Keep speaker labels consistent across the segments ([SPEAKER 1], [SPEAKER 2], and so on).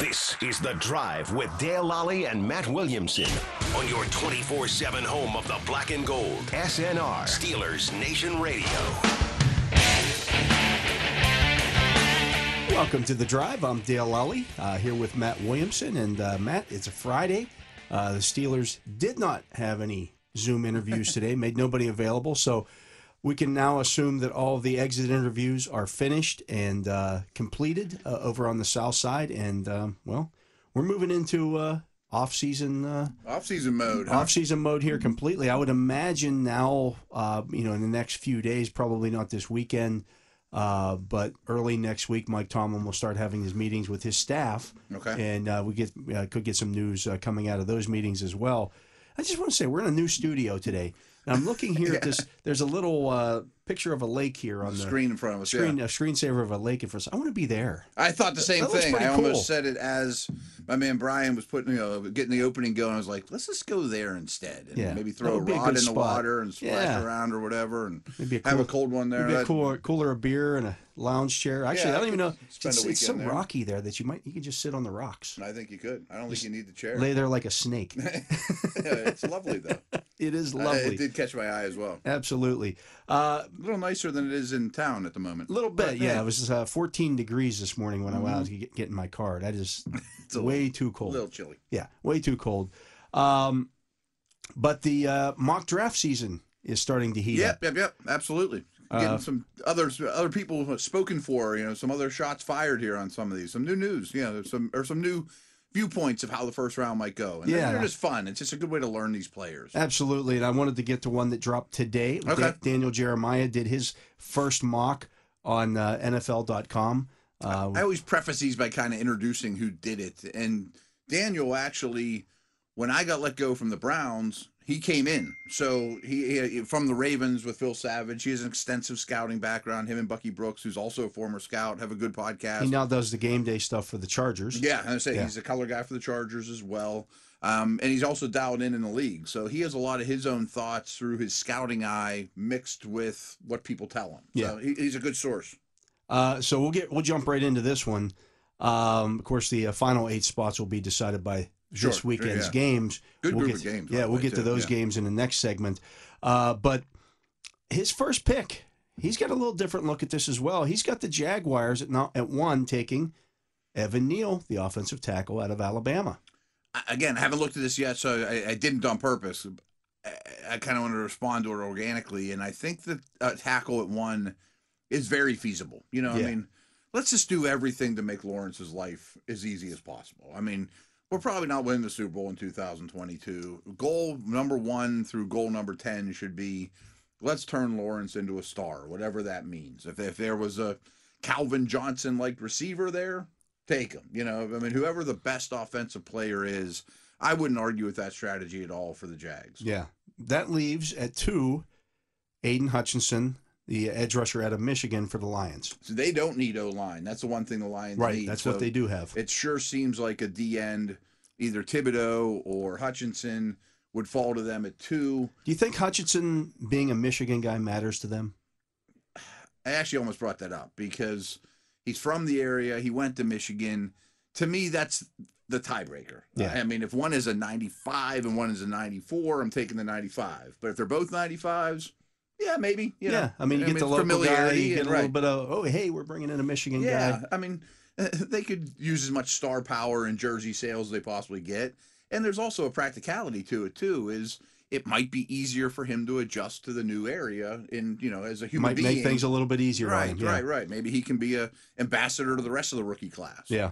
[SPEAKER 1] This is The Drive with Dale Lally and Matt Williamson on your 24 7 home of the black and gold. SNR, Steelers Nation Radio.
[SPEAKER 2] Welcome to the drive. I'm Dale Lally uh, here with Matt Williamson, and uh, Matt, it's a Friday. Uh, the Steelers did not have any Zoom interviews today; made nobody available, so we can now assume that all the exit interviews are finished and uh, completed uh, over on the south side. And um, well, we're moving into uh, off-season uh,
[SPEAKER 3] Off-season mode. huh?
[SPEAKER 2] off-season mode here completely. I would imagine now, uh, you know, in the next few days, probably not this weekend, uh, but early next week, Mike Tomlin will start having his meetings with his staff.
[SPEAKER 3] Okay.
[SPEAKER 2] and uh, we get uh, could get some news uh, coming out of those meetings as well. I just want to say we're in a new studio today, and I'm looking here at this. There's a little uh, picture of a lake here on the
[SPEAKER 3] Screen in front of us.
[SPEAKER 2] screen,
[SPEAKER 3] Yeah.
[SPEAKER 2] a screensaver of a lake in front. of us. I want to be there.
[SPEAKER 3] I thought the same
[SPEAKER 2] That looks
[SPEAKER 3] thing. I
[SPEAKER 2] pretty cool.
[SPEAKER 3] almost said it as my man Brian was putting, you know, getting the opening going. I was like, let's just go there instead, and
[SPEAKER 2] Yeah.
[SPEAKER 3] maybe
[SPEAKER 2] That
[SPEAKER 3] throw a
[SPEAKER 2] would be a
[SPEAKER 3] rod
[SPEAKER 2] good
[SPEAKER 3] in the
[SPEAKER 2] spot.
[SPEAKER 3] water and splash
[SPEAKER 2] Yeah.
[SPEAKER 3] around or whatever, and
[SPEAKER 2] Maybe a
[SPEAKER 3] have a
[SPEAKER 2] cool-
[SPEAKER 3] cold one there.
[SPEAKER 2] Maybe a
[SPEAKER 3] That-
[SPEAKER 2] cooler, cooler of beer and a lounge chair. Actually,
[SPEAKER 3] Yeah,
[SPEAKER 2] I don't
[SPEAKER 3] I
[SPEAKER 2] even know.
[SPEAKER 3] could spend a
[SPEAKER 2] It's, it's so
[SPEAKER 3] weekend there.
[SPEAKER 2] rocky there that you might you can just sit on the rocks,
[SPEAKER 3] I think you could. I don't think you need the chair.
[SPEAKER 2] lay there like a snake.
[SPEAKER 3] it's lovely though.
[SPEAKER 2] It is
[SPEAKER 3] I-
[SPEAKER 2] lovely,
[SPEAKER 3] Uh, it did catch my eye as well.
[SPEAKER 2] absolutely. Uh,
[SPEAKER 3] A little nicer than it is in town at the moment.
[SPEAKER 2] A little bit,
[SPEAKER 3] But,
[SPEAKER 2] yeah. It was uh, 14 degrees this morning when I went out to get, get in my car. That is
[SPEAKER 3] Mm-hmm. a
[SPEAKER 2] way too
[SPEAKER 3] A
[SPEAKER 2] cold.
[SPEAKER 3] little chilly.
[SPEAKER 2] Yeah, way too cold. Um, but the uh, mock draft season is starting to heat
[SPEAKER 3] Yep,
[SPEAKER 2] up.
[SPEAKER 3] yep, yep. Absolutely. Getting some other other people spoken for, you know, some other shots fired here on some of these, some new news, you know, there's some or some new viewpoints of how the first round might go. And
[SPEAKER 2] Yeah.
[SPEAKER 3] they're just fun. It's just a good way to learn these players.
[SPEAKER 2] Absolutely. And I wanted to get to one that dropped today.
[SPEAKER 3] Okay.
[SPEAKER 2] Da- Daniel Jeremiah did his first mock on uh, NFL.com. Uh,
[SPEAKER 3] I always preface these by kind of introducing who did it. And Daniel actually, when I got let go from the Browns, he came in. So he, he from the Ravens with Phil Savage. He has an extensive scouting background. Him and Bucky Brooks, who's also a former scout, have a good podcast.
[SPEAKER 2] he now does the game day stuff for the Chargers.
[SPEAKER 3] Yeah, and I say
[SPEAKER 2] Yeah.
[SPEAKER 3] he's a color guy for the Chargers as well. Um, and he's also dialed in in the league. So he has a lot of his own thoughts through his scouting eye mixed with what people tell him. So he, he's a good source.
[SPEAKER 2] Uh, so we'll get we'll jump right into this one. Um, of course, the uh, final eight spots will be decided by
[SPEAKER 3] Sure,
[SPEAKER 2] this
[SPEAKER 3] sure,
[SPEAKER 2] weekend's
[SPEAKER 3] yeah.
[SPEAKER 2] games.
[SPEAKER 3] Good
[SPEAKER 2] we'll
[SPEAKER 3] group
[SPEAKER 2] get,
[SPEAKER 3] of games, by
[SPEAKER 2] Yeah,
[SPEAKER 3] the
[SPEAKER 2] we'll
[SPEAKER 3] way,
[SPEAKER 2] get to
[SPEAKER 3] too,
[SPEAKER 2] those
[SPEAKER 3] yeah.
[SPEAKER 2] games in the next segment. Uh, but his first pick, he's got a little different look at this as well. He's got the Jaguars at not, at one taking Evan Neal, the offensive tackle out of Alabama.
[SPEAKER 3] I, again, I haven't looked at this yet, so I, I didn't on purpose. I, I kind of want to respond to it organically. And I think that a tackle at one is very feasible. You know,
[SPEAKER 2] Yeah.
[SPEAKER 3] I mean, let's just do everything to make Lawrence's life as easy as possible. I mean, we're probably not winning the Super Bowl in 2022. Goal number one through goal number 10 should be let's turn Lawrence into a star, whatever that means. If, if there was a Calvin Johnson like receiver there, take him. You know, I mean, whoever the best offensive player is, I wouldn't argue with that strategy at all for the Jags.
[SPEAKER 2] Yeah, that leaves at two Aiden Hutchinson, the edge rusher out of Michigan for the Lions.
[SPEAKER 3] So they don't need O line. That's the one thing the Lions
[SPEAKER 2] Right,
[SPEAKER 3] need.
[SPEAKER 2] that's
[SPEAKER 3] So
[SPEAKER 2] what they do have.
[SPEAKER 3] It sure seems like a D end, either Thibodeau or Hutchinson would fall to them at two.
[SPEAKER 2] Do you think Hutchinson being a Michigan guy matters to them?
[SPEAKER 3] I actually almost brought that up because he's from the area. He went to Michigan. To me, that's the tiebreaker.
[SPEAKER 2] Yeah.
[SPEAKER 3] I mean, if one is a 95 and one is a 94, I'm taking the 95. But if they're both 95s, yeah, maybe.
[SPEAKER 2] yeah,
[SPEAKER 3] You know,
[SPEAKER 2] I mean, you get the local guy,
[SPEAKER 3] familiarity
[SPEAKER 2] you get
[SPEAKER 3] and-
[SPEAKER 2] a
[SPEAKER 3] right.
[SPEAKER 2] little bit of, oh, hey, we're bringing in a Michigan
[SPEAKER 3] Yeah,
[SPEAKER 2] guy.
[SPEAKER 3] I mean, they could use as much star power and jersey sales as they possibly get. And there's also a practicality to it too. Is it might be easier for him to adjust to the new area, and you know, as a human
[SPEAKER 2] Might
[SPEAKER 3] being,
[SPEAKER 2] make things a little bit easier on
[SPEAKER 3] right,
[SPEAKER 2] him. Yeah.
[SPEAKER 3] right, right. Maybe he can be a ambassador to the rest of the rookie class.
[SPEAKER 2] Yeah.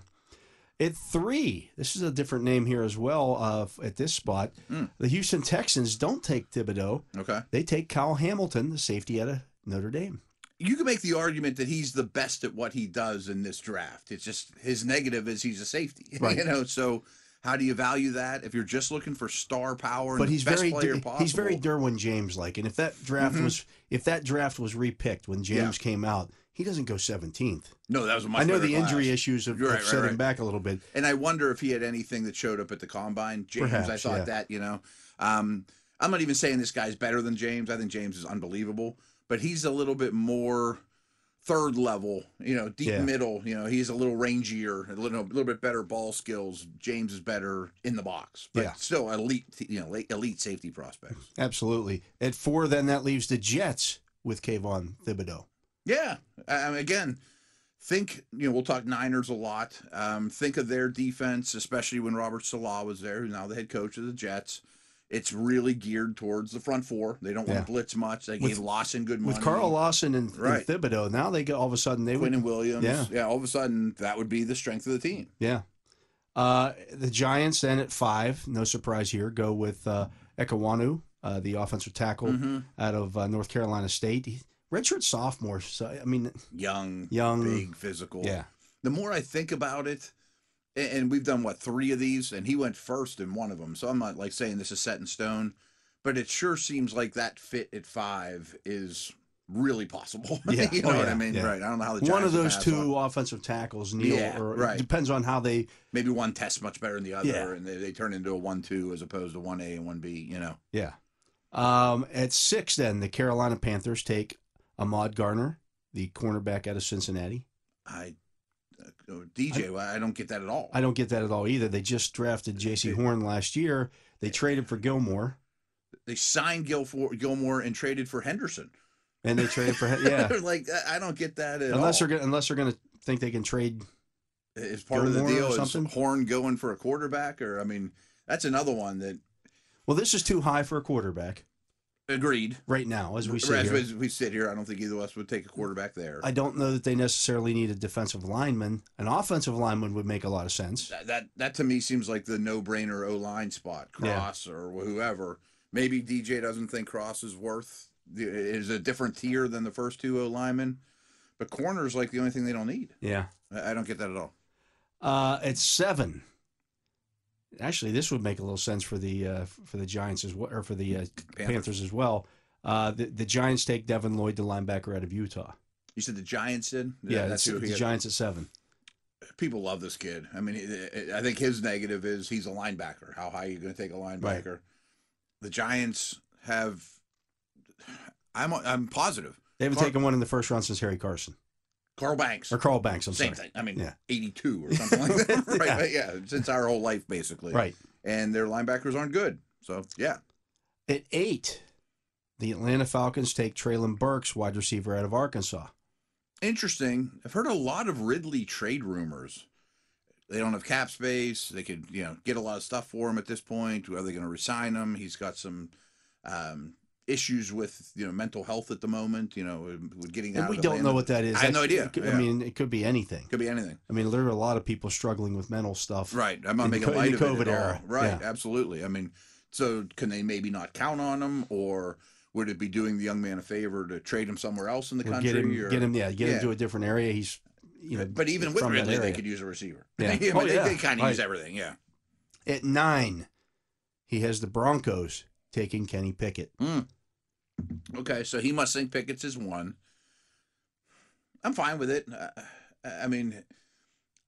[SPEAKER 2] At three, this is a different name here as well. Uh, f- at this spot,
[SPEAKER 3] Mm.
[SPEAKER 2] the Houston Texans don't take Thibodeau;
[SPEAKER 3] Okay.
[SPEAKER 2] they take Kyle Hamilton, the safety out of Notre Dame.
[SPEAKER 3] You can make the argument that he's the best at what he does in this draft. It's just his negative is he's a safety.
[SPEAKER 2] Right.
[SPEAKER 3] you know, so how do you value that if you're just looking for star power?
[SPEAKER 2] But
[SPEAKER 3] and
[SPEAKER 2] he's
[SPEAKER 3] the best
[SPEAKER 2] very
[SPEAKER 3] player
[SPEAKER 2] D-
[SPEAKER 3] possible?
[SPEAKER 2] he's very Derwin James like, and if that draft
[SPEAKER 3] Mhm.
[SPEAKER 2] was if that draft was repicked when
[SPEAKER 3] Yeah.
[SPEAKER 2] James came out, he doesn't go seventeenth.
[SPEAKER 3] No, that was a much
[SPEAKER 2] I know
[SPEAKER 3] better
[SPEAKER 2] the
[SPEAKER 3] class.
[SPEAKER 2] injury issues have,
[SPEAKER 3] You're right,
[SPEAKER 2] have
[SPEAKER 3] right,
[SPEAKER 2] set him
[SPEAKER 3] right.
[SPEAKER 2] back a little bit.
[SPEAKER 3] And I wonder if he had anything that showed up at the combine. James, I
[SPEAKER 2] Perhaps,
[SPEAKER 3] thought
[SPEAKER 2] yeah.
[SPEAKER 3] that, you know. Um, I'm not even saying this guy's better than James. I think James is unbelievable, but he's a little bit more third level, you know, deep
[SPEAKER 2] Yeah.
[SPEAKER 3] middle. You know, he's a little rangier, a little, a little bit better ball skills. James is better in the box, but
[SPEAKER 2] Yeah.
[SPEAKER 3] still elite, you know, la- elite safety prospects.
[SPEAKER 2] Absolutely. At four, then that leaves the Jets with Kayvon Thibodeau.
[SPEAKER 3] Yeah. Um, again, think, you know, we'll talk Niners a lot. Um, think of their defense, especially when Robert Salah was there, who's now the head coach of the Jets. It's really geared towards the front four. They don't
[SPEAKER 2] Yeah.
[SPEAKER 3] want to blitz much. They
[SPEAKER 2] With-
[SPEAKER 3] gave Lawson good money.
[SPEAKER 2] With Carl Lawson and, and
[SPEAKER 3] Right.
[SPEAKER 2] Thibodeau, now they go all of a sudden they
[SPEAKER 3] Quinn
[SPEAKER 2] would
[SPEAKER 3] and Williams.
[SPEAKER 2] Yeah.
[SPEAKER 3] all of a sudden, that would be the strength of the team.
[SPEAKER 2] yeah. Uh, the Giants then at five, no surprise here, go with uh, Ekawanu, uh, the offensive tackle
[SPEAKER 3] Mhm.
[SPEAKER 2] out of uh, North Carolina State. He- redshirt sophomore, so I mean,
[SPEAKER 3] Young,
[SPEAKER 2] Young.
[SPEAKER 3] big, physical.
[SPEAKER 2] yeah,
[SPEAKER 3] the more I think about it, a- and we've done what three of these, and he went first in one of them. So I'm not like saying this is set in stone, but it sure seems like that fit at five is really possible.
[SPEAKER 2] Yeah.
[SPEAKER 3] you know
[SPEAKER 2] Oh,
[SPEAKER 3] what
[SPEAKER 2] yeah,
[SPEAKER 3] I mean?
[SPEAKER 2] yeah.
[SPEAKER 3] Right. I don't know how the
[SPEAKER 2] one of
[SPEAKER 3] Giants have
[SPEAKER 2] those
[SPEAKER 3] passed
[SPEAKER 2] two
[SPEAKER 3] on.
[SPEAKER 2] offensive tackles, Neil,
[SPEAKER 3] Yeah,
[SPEAKER 2] or
[SPEAKER 3] right.
[SPEAKER 2] depends on how they
[SPEAKER 3] maybe one tests much better than the other,
[SPEAKER 2] Yeah.
[SPEAKER 3] and they, they turn into a one-two as opposed to one A and one B. You know,
[SPEAKER 2] Yeah. Um, at six, then the Carolina Panthers take Ahmad Garner, the cornerback out of Cincinnati.
[SPEAKER 3] I uh, DJ, well, I, don't get that at all.
[SPEAKER 2] I don't get that at all either. They just drafted J.C. Horn last year. They traded for Gilmore,
[SPEAKER 3] they signed Gilfor, Gilmore and traded for Henderson.
[SPEAKER 2] and they traded for yeah.
[SPEAKER 3] like I- I don't get that at
[SPEAKER 2] unless
[SPEAKER 3] all.
[SPEAKER 2] they're gonna, unless they're going to think they can trade.
[SPEAKER 3] is part of the
[SPEAKER 2] Gilmore or
[SPEAKER 3] deal is
[SPEAKER 2] something?
[SPEAKER 3] Horn going for a quarterback, or I mean, that's another one that
[SPEAKER 2] Well, this is too high for a quarterback
[SPEAKER 3] agreed.
[SPEAKER 2] right now, as we sit
[SPEAKER 3] as,
[SPEAKER 2] here.
[SPEAKER 3] as we sit here, I don't think either of us would take a quarterback there.
[SPEAKER 2] I don't know that they necessarily need a defensive lineman. An offensive lineman would make a lot of sense.
[SPEAKER 3] that, that that to me seems like the no-brainer O line spot,
[SPEAKER 2] Yeah.
[SPEAKER 3] Cross or whoever. Maybe DJ doesn't think Cross is worth is a different tier than the first two O linemen, but corners like the only thing they don't need.
[SPEAKER 2] Yeah.
[SPEAKER 3] I I don't get that at all.
[SPEAKER 2] Uh, at seven. Actually, this would make a little sense for the uh, for the Giants as well, or for the uh, Panthers.
[SPEAKER 3] Panthers.
[SPEAKER 2] as well. Uh, the, the Giants take Devin Lloyd, the linebacker out of Utah.
[SPEAKER 3] You said the Giants did.
[SPEAKER 2] Yeah, that's
[SPEAKER 3] that's who
[SPEAKER 2] the
[SPEAKER 3] he had.
[SPEAKER 2] Giants at seven.
[SPEAKER 3] people love this kid. I mean, it- it- I think his negative is he's a linebacker. How high are you going to take a linebacker? The Giants have. I'm I'm positive.
[SPEAKER 2] They haven't
[SPEAKER 3] Car-
[SPEAKER 2] taken one in the first round since Harry Carson
[SPEAKER 3] Carl Banks,
[SPEAKER 2] or Carl Banks. I'm
[SPEAKER 3] same
[SPEAKER 2] sorry.
[SPEAKER 3] thing. I mean,
[SPEAKER 2] Yeah.
[SPEAKER 3] 82 or something like that. right?
[SPEAKER 2] Yeah.
[SPEAKER 3] But yeah, since our whole life basically.
[SPEAKER 2] Right
[SPEAKER 3] And their linebackers aren't good. So yeah,
[SPEAKER 2] at eight, the Atlanta Falcons take Traylon Burks, wide receiver out of Arkansas.
[SPEAKER 3] interesting. I've heard a lot of Ridley trade rumors. They don't have cap space. They could, you know, get a lot of stuff for him at this point. Are they going to resign him? He's got some um, issues with, you know, mental health at the moment. You know, with getting out.
[SPEAKER 2] And we
[SPEAKER 3] of
[SPEAKER 2] don't know
[SPEAKER 3] Atlanta.
[SPEAKER 2] what that is.
[SPEAKER 3] I have no
[SPEAKER 2] That's-
[SPEAKER 3] idea.
[SPEAKER 2] it could- I
[SPEAKER 3] Yeah.
[SPEAKER 2] mean, it could be anything.
[SPEAKER 3] could be anything.
[SPEAKER 2] I mean, there are a lot of people struggling with mental stuff.
[SPEAKER 3] Right. I'm
[SPEAKER 2] In
[SPEAKER 3] not
[SPEAKER 2] the
[SPEAKER 3] making
[SPEAKER 2] co- in
[SPEAKER 3] light
[SPEAKER 2] the
[SPEAKER 3] of it
[SPEAKER 2] COVID
[SPEAKER 3] at all.
[SPEAKER 2] era, yeah.
[SPEAKER 3] Right. Absolutely. I mean, so can they maybe not count on him, or would it be doing the young man a favor to trade him somewhere else in the
[SPEAKER 2] Or
[SPEAKER 3] country?
[SPEAKER 2] get him,
[SPEAKER 3] or-
[SPEAKER 2] get him, yeah, get him
[SPEAKER 3] yeah.
[SPEAKER 2] to a different area. He's, you know,
[SPEAKER 3] But even with
[SPEAKER 2] from that
[SPEAKER 3] Ridley, they
[SPEAKER 2] area.
[SPEAKER 3] could use a receiver.
[SPEAKER 2] Yeah.
[SPEAKER 3] Yeah,
[SPEAKER 2] Oh,
[SPEAKER 3] but they,
[SPEAKER 2] yeah.
[SPEAKER 3] they kind of
[SPEAKER 2] Right.
[SPEAKER 3] use everything. Yeah.
[SPEAKER 2] At nine, he has the Broncos taking Kenny Pickett.
[SPEAKER 3] Okay, so he must think Pickett's is one. I'm fine with it. Uh, I mean,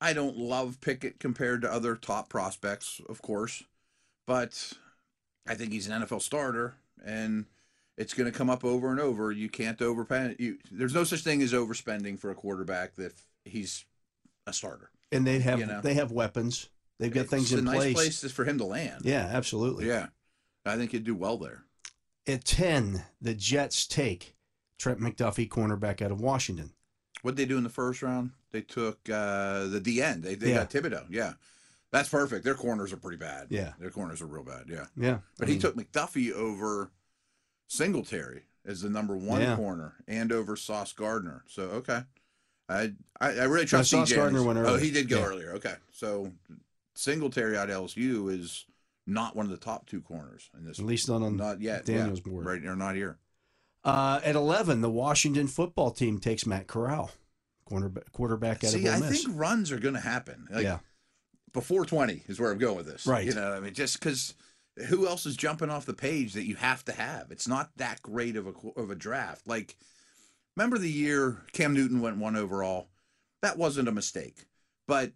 [SPEAKER 3] I don't love Pickett compared to other top prospects, of course, but I think he's an NFL starter, and it's going to come up over and over. You can't overpay. You, there's no such thing as overspending for a quarterback that he's a starter.
[SPEAKER 2] And they have
[SPEAKER 3] You know.
[SPEAKER 2] they have weapons. They've got things
[SPEAKER 3] it's
[SPEAKER 2] in
[SPEAKER 3] a nice
[SPEAKER 2] place.
[SPEAKER 3] place for him to land.
[SPEAKER 2] Yeah, absolutely.
[SPEAKER 3] yeah. I think he'd do well there.
[SPEAKER 2] At ten, the Jets take Trent McDuffie, cornerback out of Washington.
[SPEAKER 3] What they do in the first round? They took uh, the D end. They, they
[SPEAKER 2] Yeah.
[SPEAKER 3] got Thibodeau. Yeah, that's perfect. Their corners are pretty bad.
[SPEAKER 2] Yeah. Mm-hmm.
[SPEAKER 3] their corners are real bad. Yeah,
[SPEAKER 2] Yeah,
[SPEAKER 3] but
[SPEAKER 2] I
[SPEAKER 3] he
[SPEAKER 2] mean,
[SPEAKER 3] took McDuffie over Singletary as the number one
[SPEAKER 2] Yeah.
[SPEAKER 3] corner and over Sauce Gardner. So okay, I I, I really
[SPEAKER 2] No,
[SPEAKER 3] trust
[SPEAKER 2] Sauce
[SPEAKER 3] DJ on
[SPEAKER 2] Gardner
[SPEAKER 3] this.
[SPEAKER 2] went
[SPEAKER 3] Oh,
[SPEAKER 2] early.
[SPEAKER 3] he did go
[SPEAKER 2] Yeah.
[SPEAKER 3] earlier. Okay, so Singletary out of LSU is not one of the top two corners in this.
[SPEAKER 2] at least not on
[SPEAKER 3] Not yet. yeah.
[SPEAKER 2] Daniel's board.
[SPEAKER 3] Right or not here.
[SPEAKER 2] Uh, at eleven, the Washington football team takes Matt Corral, cornerback, quarterback out
[SPEAKER 3] See,
[SPEAKER 2] of
[SPEAKER 3] I
[SPEAKER 2] Ole Miss.
[SPEAKER 3] think runs are going to happen. Like,
[SPEAKER 2] yeah,
[SPEAKER 3] before 20 is where I'm going with this.
[SPEAKER 2] Right.
[SPEAKER 3] You know, I mean, just because who else is jumping off the page that you have to have? It's not that great of a qu- of a draft. Like, remember the year Cam Newton went one overall? That wasn't a mistake. But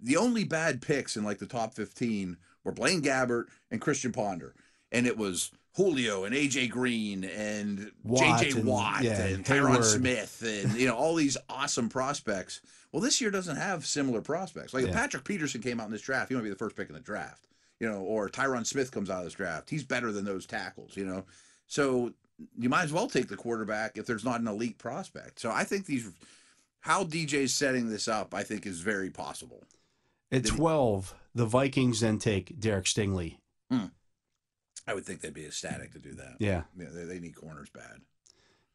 [SPEAKER 3] the only bad picks in like the top 15 were Blaine Gabbert and Christian Ponder. And it was Julio and AJ Green and
[SPEAKER 2] Watt
[SPEAKER 3] JJ
[SPEAKER 2] and-
[SPEAKER 3] Watt
[SPEAKER 2] yeah,
[SPEAKER 3] and
[SPEAKER 2] and
[SPEAKER 3] Tyron
[SPEAKER 2] Hayward.
[SPEAKER 3] Smith and you know all these awesome prospects. Well, this year doesn't have similar prospects. Like if
[SPEAKER 2] Yeah.
[SPEAKER 3] Patrick Peterson came out in this draft, he might be the first pick in the draft. You know, or Tyron Smith comes out of this draft, he's better than those tackles. You know, so you might as well take the quarterback if there's not an elite prospect. So I think these how DJ's setting this up, I think is very possible.
[SPEAKER 2] At
[SPEAKER 3] Did he-
[SPEAKER 2] 12, the Vikings then take Derek Stingley.
[SPEAKER 3] I would think they'd be ecstatic to do that. Yeah,
[SPEAKER 2] Yeah.
[SPEAKER 3] they, they need corners bad.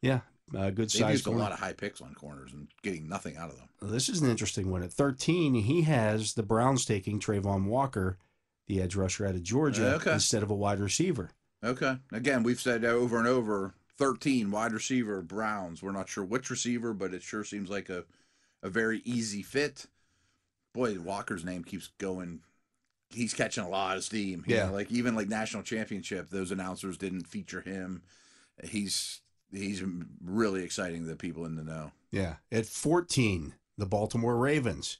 [SPEAKER 2] Yeah. Uh, good
[SPEAKER 3] They
[SPEAKER 2] size.
[SPEAKER 3] used a lot of high picks on corners and getting nothing out of them.
[SPEAKER 2] This is an interesting one. At 13, he has the Browns taking Trayvon Walker, the edge rusher out of Georgia,
[SPEAKER 3] Uh, okay.
[SPEAKER 2] instead of a wide receiver.
[SPEAKER 3] Okay. Again, we've said over and over 13 wide receiver Browns. We're not sure which receiver, but it sure seems like a, a very easy fit. Boy, Walker's name keeps going. He's catching a lot of steam. you
[SPEAKER 2] Yeah.
[SPEAKER 3] know, like even like national championship, those announcers didn't feature him. He's he's really exciting the people in the know.
[SPEAKER 2] Yeah. At 14, the Baltimore Ravens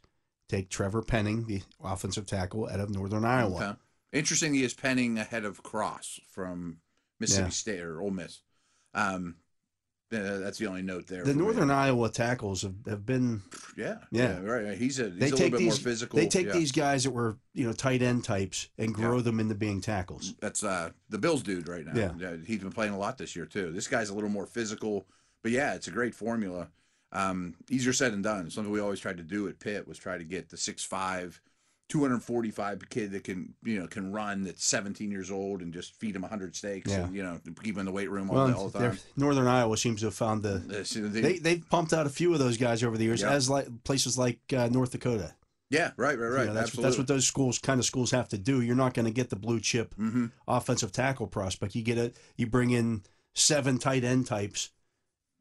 [SPEAKER 2] take Trevor Penning, the offensive tackle out of Northern Iowa.
[SPEAKER 3] Okay. Interesting, he is penning ahead of Cross from Mississippi
[SPEAKER 2] Yeah.
[SPEAKER 3] State or Ole Miss. Um, uh, that's the only note there.
[SPEAKER 2] The
[SPEAKER 3] for me.
[SPEAKER 2] Northern Iowa tackles have, have been
[SPEAKER 3] Yeah,
[SPEAKER 2] Yeah.
[SPEAKER 3] right. right. He's a
[SPEAKER 2] They
[SPEAKER 3] he's a little
[SPEAKER 2] take
[SPEAKER 3] bit more
[SPEAKER 2] these-
[SPEAKER 3] physical.
[SPEAKER 2] they take
[SPEAKER 3] yeah.
[SPEAKER 2] these guys that were, you know, tight end types and grow them into being tackles.
[SPEAKER 3] That's uh the Bills dude right now.
[SPEAKER 2] Yeah.
[SPEAKER 3] he's been playing a lot this year too. This guy's a little more physical, but yeah, it's a great formula. Um, easier said than done. Something we always tried to do at Pitt was try to get the 6'5", 245 kid that can you know can run that's seventeen years old and just feed him hundred steaks
[SPEAKER 2] Yeah.
[SPEAKER 3] and you know keep him in the weight room all,
[SPEAKER 2] Well,
[SPEAKER 3] the, all the
[SPEAKER 2] they're-
[SPEAKER 3] time.
[SPEAKER 2] Northern Iowa seems to have found the
[SPEAKER 3] This- they-
[SPEAKER 2] they they've pumped out a few of those guys over the years,
[SPEAKER 3] Yeah.
[SPEAKER 2] as like places like uh, North Dakota.
[SPEAKER 3] yeah, right, right,
[SPEAKER 2] You
[SPEAKER 3] right.
[SPEAKER 2] know, that's
[SPEAKER 3] absolutely.
[SPEAKER 2] that's what those schools kind of schools have to do. You're not going to get the blue chip
[SPEAKER 3] hmm
[SPEAKER 2] offensive tackle prospect. You get a you bring in seven tight end types.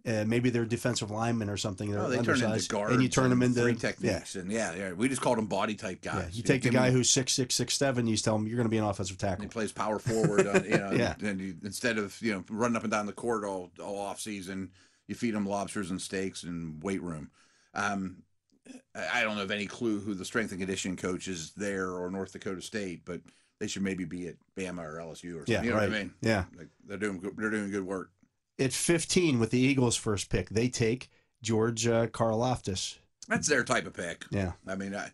[SPEAKER 2] Uh, maybe they're defensive linemen or something.
[SPEAKER 3] Oh,
[SPEAKER 2] they're
[SPEAKER 3] they turn into
[SPEAKER 2] undersized,
[SPEAKER 3] guards
[SPEAKER 2] and you turn them into
[SPEAKER 3] three
[SPEAKER 2] Yeah,
[SPEAKER 3] techniques, and yeah, yeah. We just called them body type
[SPEAKER 2] yeah.
[SPEAKER 3] guys.
[SPEAKER 2] You take the
[SPEAKER 3] give 'em-
[SPEAKER 2] guy who's six six six seven. You tell him you're going to be an offensive
[SPEAKER 3] and
[SPEAKER 2] tackle.
[SPEAKER 3] he plays power forward, uh, you know,
[SPEAKER 2] Yeah.
[SPEAKER 3] and, you, instead of you know running up and down the court all all off season, you feed him lobsters and steaks and weight room. Um, I I don't have any clue who the strength and conditioning coach is there or North Dakota State, but they should maybe be at Bama or LSU or something.
[SPEAKER 2] Yeah,
[SPEAKER 3] you know
[SPEAKER 2] right.
[SPEAKER 3] what I mean?
[SPEAKER 2] Yeah.
[SPEAKER 3] Like they're doing good, they're doing good work.
[SPEAKER 2] At 15, with the Eagles' first pick, they take George uh, Karloftis.
[SPEAKER 3] That's their type of pick.
[SPEAKER 2] Yeah.
[SPEAKER 3] I mean, I,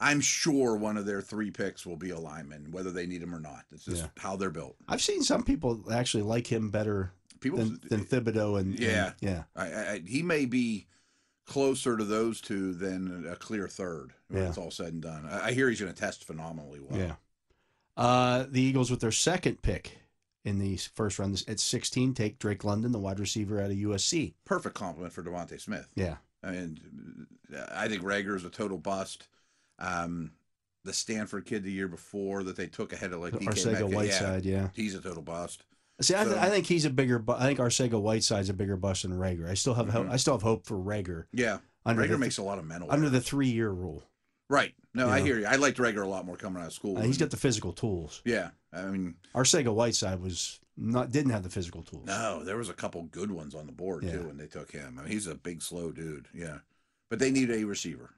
[SPEAKER 3] I'm sure one of their three picks will be a lineman, whether they need him or not. It's just
[SPEAKER 2] Yeah.
[SPEAKER 3] how they're built.
[SPEAKER 2] I've seen some people actually like him better
[SPEAKER 3] People,
[SPEAKER 2] than, than Thibodeau and and-
[SPEAKER 3] Yeah.
[SPEAKER 2] yeah.
[SPEAKER 3] I, I, I- he may be closer to those two than a clear third when
[SPEAKER 2] Yeah.
[SPEAKER 3] it's all said and done. I, I hear he's going to test phenomenally well.
[SPEAKER 2] Yeah. Uh, the Eagles with their second pick in the first round at 16 take Drake London, the wide receiver out of USC.
[SPEAKER 3] Perfect compliment for Devontae Smith.
[SPEAKER 2] Yeah.
[SPEAKER 3] And I think Rager is a total bust. Um, the Stanford kid the year before that they took ahead of like DK
[SPEAKER 2] Arcega
[SPEAKER 3] Metcalf,
[SPEAKER 2] Whiteside, yeah.
[SPEAKER 3] Yeah, he's a total bust.
[SPEAKER 2] See, I, th-
[SPEAKER 3] So-
[SPEAKER 2] I think he's a bigger. Bu- I think Arcega Whiteside's a bigger bust than Rager. I still have. ho-
[SPEAKER 3] Mhm.
[SPEAKER 2] I still have hope for Rager
[SPEAKER 3] Yeah,
[SPEAKER 2] under
[SPEAKER 3] Rager
[SPEAKER 2] the,
[SPEAKER 3] makes a lot of mental.
[SPEAKER 2] under the
[SPEAKER 3] errors.
[SPEAKER 2] three-year rule.
[SPEAKER 3] right. No,
[SPEAKER 2] you
[SPEAKER 3] I
[SPEAKER 2] know.
[SPEAKER 3] hear you. I liked Rager a lot more coming out of school.
[SPEAKER 2] Uh, he's got the physical tools.
[SPEAKER 3] yeah. I mean,
[SPEAKER 2] Arcega Whiteside was not didn't have the physical tools.
[SPEAKER 3] No, there was a couple good ones on the board
[SPEAKER 2] Yeah.
[SPEAKER 3] too when they took him. I mean, he's a big, slow dude. Yeah, but they need a receiver.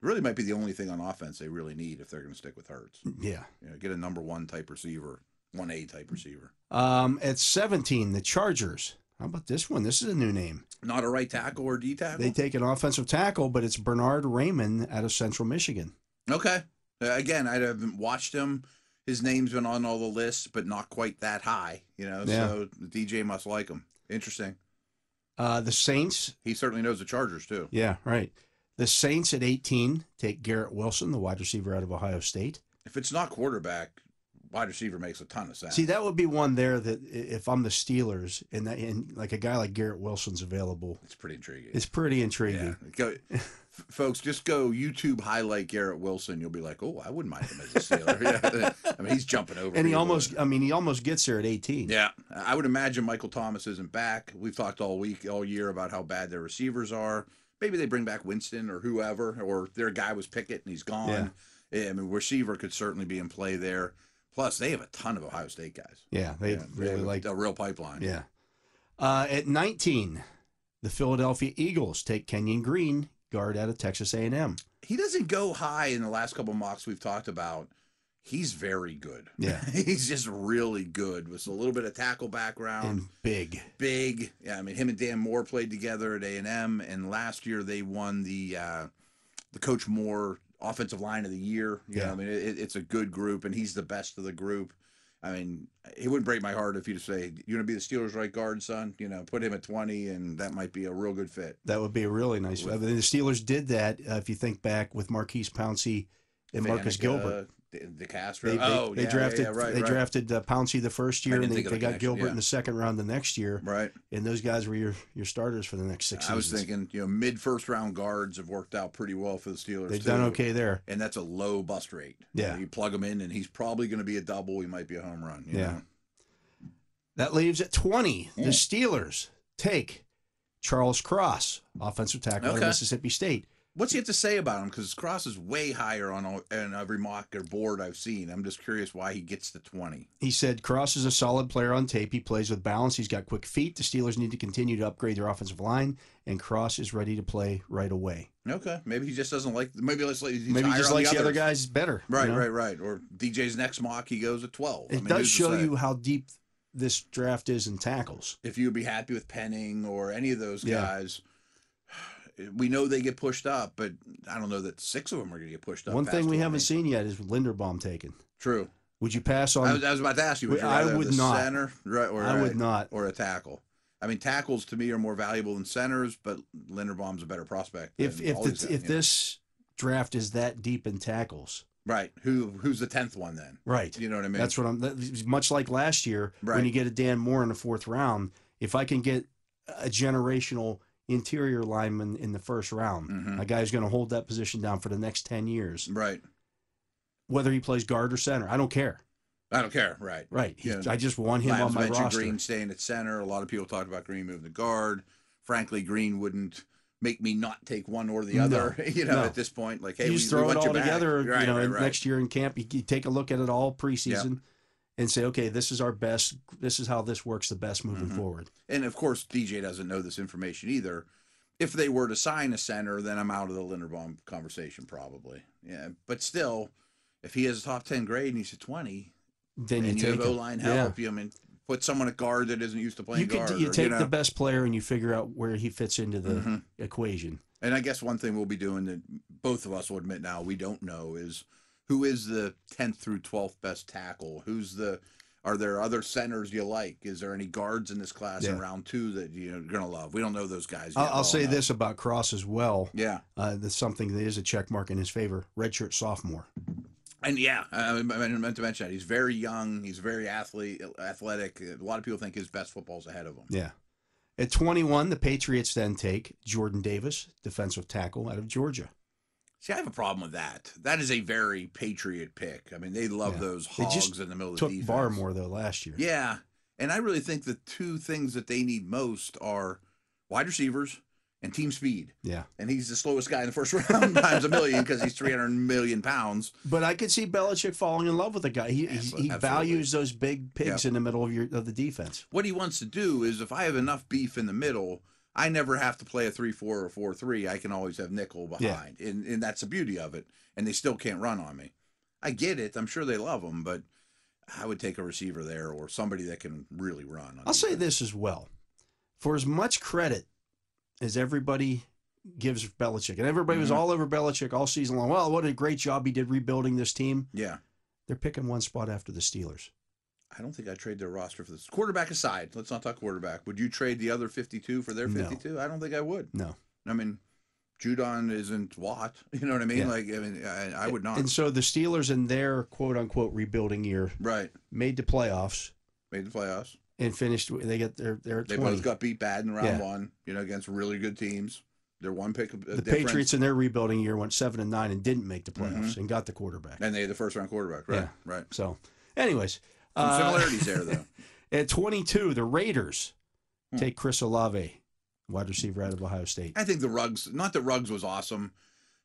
[SPEAKER 3] Really, might be the only thing on offense they really need if they're going to stick with Hurts.
[SPEAKER 2] Yeah.
[SPEAKER 3] You know, get a number one type receiver, one A type receiver.
[SPEAKER 2] Um, at 17, the Chargers. How about this one? This is a new name.
[SPEAKER 3] Not a right tackle or D tackle.
[SPEAKER 2] They take an offensive tackle, but it's Bernard Raymond out of Central Michigan.
[SPEAKER 3] okay. Uh, Again, I haven't watched him. His name's been on all the lists, but not quite that high. You know,
[SPEAKER 2] Yeah.
[SPEAKER 3] so the DJ must like him. Interesting.
[SPEAKER 2] Uh, the Saints.
[SPEAKER 3] He certainly knows the Chargers too.
[SPEAKER 2] Yeah, right. The Saints at 18 take Garrett Wilson, the wide receiver out of Ohio State.
[SPEAKER 3] If it's not quarterback, wide receiver makes a ton of sense.
[SPEAKER 2] See, that would be one there that i- if I'm the Steelers and that, and like a guy like Garrett Wilson's available,
[SPEAKER 3] it's pretty intriguing.
[SPEAKER 2] it's pretty intriguing.
[SPEAKER 3] Yeah. Go, f- folks, just go YouTube highlight Garrett Wilson. You'll be like, oh, I wouldn't mind him as a sailor. yeah. I mean, he's jumping over.
[SPEAKER 2] And he
[SPEAKER 3] people.
[SPEAKER 2] almost, I mean, he almost gets there at 18.
[SPEAKER 3] Yeah, I would imagine Michael Thomas isn't back. We've talked all week, all year about how bad their receivers are. Maybe they bring back Winston or whoever, or their guy was Pickett and he's gone. Yeah, I mean, receiver could certainly be in play there. Plus, they have a ton of Ohio State guys.
[SPEAKER 2] Yeah, they
[SPEAKER 3] Yeah,
[SPEAKER 2] really
[SPEAKER 3] have a-
[SPEAKER 2] like
[SPEAKER 3] a real pipeline.
[SPEAKER 2] Yeah. Uh, at 19, the Philadelphia Eagles take Kenyon Green, guard out of Texas A&M.
[SPEAKER 3] he doesn't go high in the last couple mocks we've talked about. he's very good.
[SPEAKER 2] Yeah.
[SPEAKER 3] he's just really good with a little bit of tackle background.
[SPEAKER 2] and big.
[SPEAKER 3] big. Yeah, I mean, him and Dan Moore played together at A and M, and last year they won the uh, the Coach Moore Offensive Line of the Year. You
[SPEAKER 2] Yeah.
[SPEAKER 3] know, I mean, it, it's a good group, and he's the best of the group. I mean, it wouldn't break my heart if you just say you're gonna be the Steelers' right guard, son. You know, put him at 20, and that might be a real good fit.
[SPEAKER 2] That would be a really nice. I mean, the Steelers did that. Uh, if you think back with Marquise Pouncey and Marcus
[SPEAKER 3] Faneca,
[SPEAKER 2] Gilbert,
[SPEAKER 3] De- DeCastro.
[SPEAKER 2] they, they,
[SPEAKER 3] uh, oh,
[SPEAKER 2] they
[SPEAKER 3] yeah, yeah,
[SPEAKER 2] drafted
[SPEAKER 3] yeah, right,
[SPEAKER 2] they
[SPEAKER 3] right,
[SPEAKER 2] drafted uh, Pouncey the first year,
[SPEAKER 3] I
[SPEAKER 2] and
[SPEAKER 3] didn't
[SPEAKER 2] they,
[SPEAKER 3] think of
[SPEAKER 2] they
[SPEAKER 3] the
[SPEAKER 2] got
[SPEAKER 3] connection,
[SPEAKER 2] Gilbert
[SPEAKER 3] yeah.
[SPEAKER 2] in the second round the next year,
[SPEAKER 3] right.
[SPEAKER 2] and those guys were your your starters for the next six
[SPEAKER 3] I
[SPEAKER 2] seasons.
[SPEAKER 3] was thinking, you know, mid first round guards have worked out pretty well for the Steelers.
[SPEAKER 2] they've done
[SPEAKER 3] too.
[SPEAKER 2] okay there.
[SPEAKER 3] and that's a low bust rate.
[SPEAKER 2] Yeah.
[SPEAKER 3] You, know, you plug him in, and he's probably going to be a double. He might be a home run. you
[SPEAKER 2] Yeah.
[SPEAKER 3] know?
[SPEAKER 2] That leaves at twenty.
[SPEAKER 3] Yeah.
[SPEAKER 2] The Steelers take Charles Cross, offensive tackle out of
[SPEAKER 3] Okay.
[SPEAKER 2] Mississippi State.
[SPEAKER 3] What's he have to say about him? Because Cross is way higher on all, on every mock or board I've seen. I'm just curious why he gets to 20.
[SPEAKER 2] He said Cross is a solid player on tape. He plays with balance. He's got quick feet. The Steelers need to continue to upgrade their offensive line, and Cross is ready to play right away.
[SPEAKER 3] Okay, maybe he just doesn't like. Maybe let's like he's
[SPEAKER 2] Maybe he
[SPEAKER 3] higher
[SPEAKER 2] just
[SPEAKER 3] on
[SPEAKER 2] likes the other
[SPEAKER 3] others.
[SPEAKER 2] guys better. you
[SPEAKER 3] Right,
[SPEAKER 2] know?
[SPEAKER 3] right, right. Or DJ's next mock, he goes at 12.
[SPEAKER 2] It
[SPEAKER 3] I mean,
[SPEAKER 2] does
[SPEAKER 3] who's to
[SPEAKER 2] show
[SPEAKER 3] say?
[SPEAKER 2] you how deep this draft is in tackles.
[SPEAKER 3] if you'd be happy with Penning or any of those
[SPEAKER 2] Yeah.
[SPEAKER 3] guys. We know they get pushed up, but I don't know that six of them are going to get pushed up.
[SPEAKER 2] One thing
[SPEAKER 3] past
[SPEAKER 2] we
[SPEAKER 3] 20.
[SPEAKER 2] haven't seen yet is Linderbaum taken.
[SPEAKER 3] True.
[SPEAKER 2] Would you pass on?
[SPEAKER 3] I was, I was about to ask you. Would you
[SPEAKER 2] I
[SPEAKER 3] rather have
[SPEAKER 2] would
[SPEAKER 3] the
[SPEAKER 2] not.
[SPEAKER 3] Center, right, or
[SPEAKER 2] I
[SPEAKER 3] right,
[SPEAKER 2] would not.
[SPEAKER 3] or a tackle. I mean, tackles to me are more valuable than centers, but Linderbaum's a better prospect.
[SPEAKER 2] If
[SPEAKER 3] than
[SPEAKER 2] if
[SPEAKER 3] all
[SPEAKER 2] the,
[SPEAKER 3] these guys,
[SPEAKER 2] if
[SPEAKER 3] you know.
[SPEAKER 2] this draft is that deep in tackles,
[SPEAKER 3] right, who who's the tenth one then?
[SPEAKER 2] right?
[SPEAKER 3] You know what I mean?
[SPEAKER 2] That's what I'm. that- Much like last year, when
[SPEAKER 3] Right.
[SPEAKER 2] you get a Dan Moore in the fourth round, if I can get a generational interior lineman in the first round,
[SPEAKER 3] Mhm.
[SPEAKER 2] a guy who's going to hold that position down for the next ten years,
[SPEAKER 3] right.
[SPEAKER 2] whether he plays guard or center, I don't care.
[SPEAKER 3] I don't care. Right.
[SPEAKER 2] Right? He-
[SPEAKER 3] Yeah.
[SPEAKER 2] I just want him
[SPEAKER 3] Lyons
[SPEAKER 2] on my
[SPEAKER 3] mentioned
[SPEAKER 2] roster.
[SPEAKER 3] Green staying at center. A lot of people talked about Green moving the guard. Frankly, Green wouldn't make me not take one or the
[SPEAKER 2] No,
[SPEAKER 3] other. you know,
[SPEAKER 2] no.
[SPEAKER 3] at this point, like, hey,
[SPEAKER 2] you
[SPEAKER 3] we,
[SPEAKER 2] just
[SPEAKER 3] we
[SPEAKER 2] throw it
[SPEAKER 3] want you
[SPEAKER 2] all
[SPEAKER 3] back.
[SPEAKER 2] together,
[SPEAKER 3] Right,
[SPEAKER 2] you know,
[SPEAKER 3] right,
[SPEAKER 2] and
[SPEAKER 3] right.
[SPEAKER 2] next year in camp. You, you take a look at it all preseason and say, okay, this is our best. This is how this works the best moving
[SPEAKER 3] Mhm.
[SPEAKER 2] forward.
[SPEAKER 3] And of course, DJ doesn't know this information either. If they were to sign a center, then I'm out of the Linderbaum conversation probably. Yeah, but still, if he has a top ten grade and he's a twenty,
[SPEAKER 2] Then
[SPEAKER 3] and
[SPEAKER 2] you
[SPEAKER 3] you,
[SPEAKER 2] take
[SPEAKER 3] have O
[SPEAKER 2] him.
[SPEAKER 3] line
[SPEAKER 2] Yeah.
[SPEAKER 3] help, you I mean put someone at guard that isn't used to playing
[SPEAKER 2] You could
[SPEAKER 3] guard.
[SPEAKER 2] you
[SPEAKER 3] or,
[SPEAKER 2] take
[SPEAKER 3] know.
[SPEAKER 2] the best player and you figure out where he fits into the
[SPEAKER 3] Mhm.
[SPEAKER 2] equation.
[SPEAKER 3] And I guess one thing we'll be doing that both of us will admit now we don't know is who is the tenth through twelfth best tackle. Who's the are there other centers you like? Is there any guards in this class in
[SPEAKER 2] Yeah.
[SPEAKER 3] round two that you're gonna love? We don't know those guys.
[SPEAKER 2] I'll,
[SPEAKER 3] yet
[SPEAKER 2] I'll
[SPEAKER 3] well
[SPEAKER 2] say
[SPEAKER 3] enough.
[SPEAKER 2] this about Cross as well.
[SPEAKER 3] Yeah.
[SPEAKER 2] Uh, that's something that is a check mark in his favor. Redshirt sophomore.
[SPEAKER 3] And yeah, I, I meant to mention that he's very young. He's very athlete, athletic. A lot of people think his best football's ahead of him.
[SPEAKER 2] Yeah. At 21, the Patriots then take Jordan Davis, defensive tackle out of Georgia.
[SPEAKER 3] See, I have a problem with that. That is a very patriot pick. I mean, they love
[SPEAKER 2] Yeah.
[SPEAKER 3] those
[SPEAKER 2] They
[SPEAKER 3] hogs
[SPEAKER 2] just
[SPEAKER 3] in the middle of the
[SPEAKER 2] Took
[SPEAKER 3] defense.
[SPEAKER 2] Barmore though last year.
[SPEAKER 3] Yeah, and I really think the two things that they need most are wide receivers and team speed.
[SPEAKER 2] Yeah.
[SPEAKER 3] And he's the slowest guy in the first round times a million because he's three hundred million pounds.
[SPEAKER 2] But I could see Belichick falling in love with a guy. He he-
[SPEAKER 3] Absol-
[SPEAKER 2] he
[SPEAKER 3] absolutely.
[SPEAKER 2] values those big pigs in the middle of your of the defense.
[SPEAKER 3] what he wants to do is if I have enough beef in the middle, I never have to play a three four or four three. I can always have nickel behind, and and that's the beauty of it. And they still can't run on me. I get it. I'm sure they love him, but I would take a receiver there or somebody that can really run. On
[SPEAKER 2] I'll say
[SPEAKER 3] defense.
[SPEAKER 2] this as well. For as much credit as everybody gives Belichick, and everybody was
[SPEAKER 3] Mhm.
[SPEAKER 2] all over Belichick all season long. Well, what a great job he did rebuilding this team.
[SPEAKER 3] Yeah,
[SPEAKER 2] They're picking one spot after the Steelers.
[SPEAKER 3] I don't think I trade their roster for this. Quarterback aside, let's not talk quarterback. Would you trade the other 52 for their
[SPEAKER 2] No.
[SPEAKER 3] 52? I don't think I would.
[SPEAKER 2] No.
[SPEAKER 3] I mean, Judon isn't Watt. You know what I mean?
[SPEAKER 2] Yeah.
[SPEAKER 3] Like, I mean, I, I would not.
[SPEAKER 2] And so the Steelers in their quote unquote rebuilding year
[SPEAKER 3] right.
[SPEAKER 2] made the playoffs
[SPEAKER 3] Made the playoffs.
[SPEAKER 2] and finished they got their their
[SPEAKER 3] They
[SPEAKER 2] 20.
[SPEAKER 3] both got beat bad in round
[SPEAKER 2] Yeah.
[SPEAKER 3] one, you know, against really good teams. They're one pick of
[SPEAKER 2] the
[SPEAKER 3] difference, Mm-hmm.
[SPEAKER 2] Patriots in their rebuilding year went 7 and 9 and didn't make the playoffs and got the quarterback.
[SPEAKER 3] and they had the first round quarterback, right?
[SPEAKER 2] Yeah.
[SPEAKER 3] Right.
[SPEAKER 2] So, anyways,
[SPEAKER 3] Some
[SPEAKER 2] uh,
[SPEAKER 3] similarities there, Hmm. though.
[SPEAKER 2] At 22, the Raiders take Chris Olave, wide receiver out of Ohio State.
[SPEAKER 3] I think the rugs, not that rugs was awesome,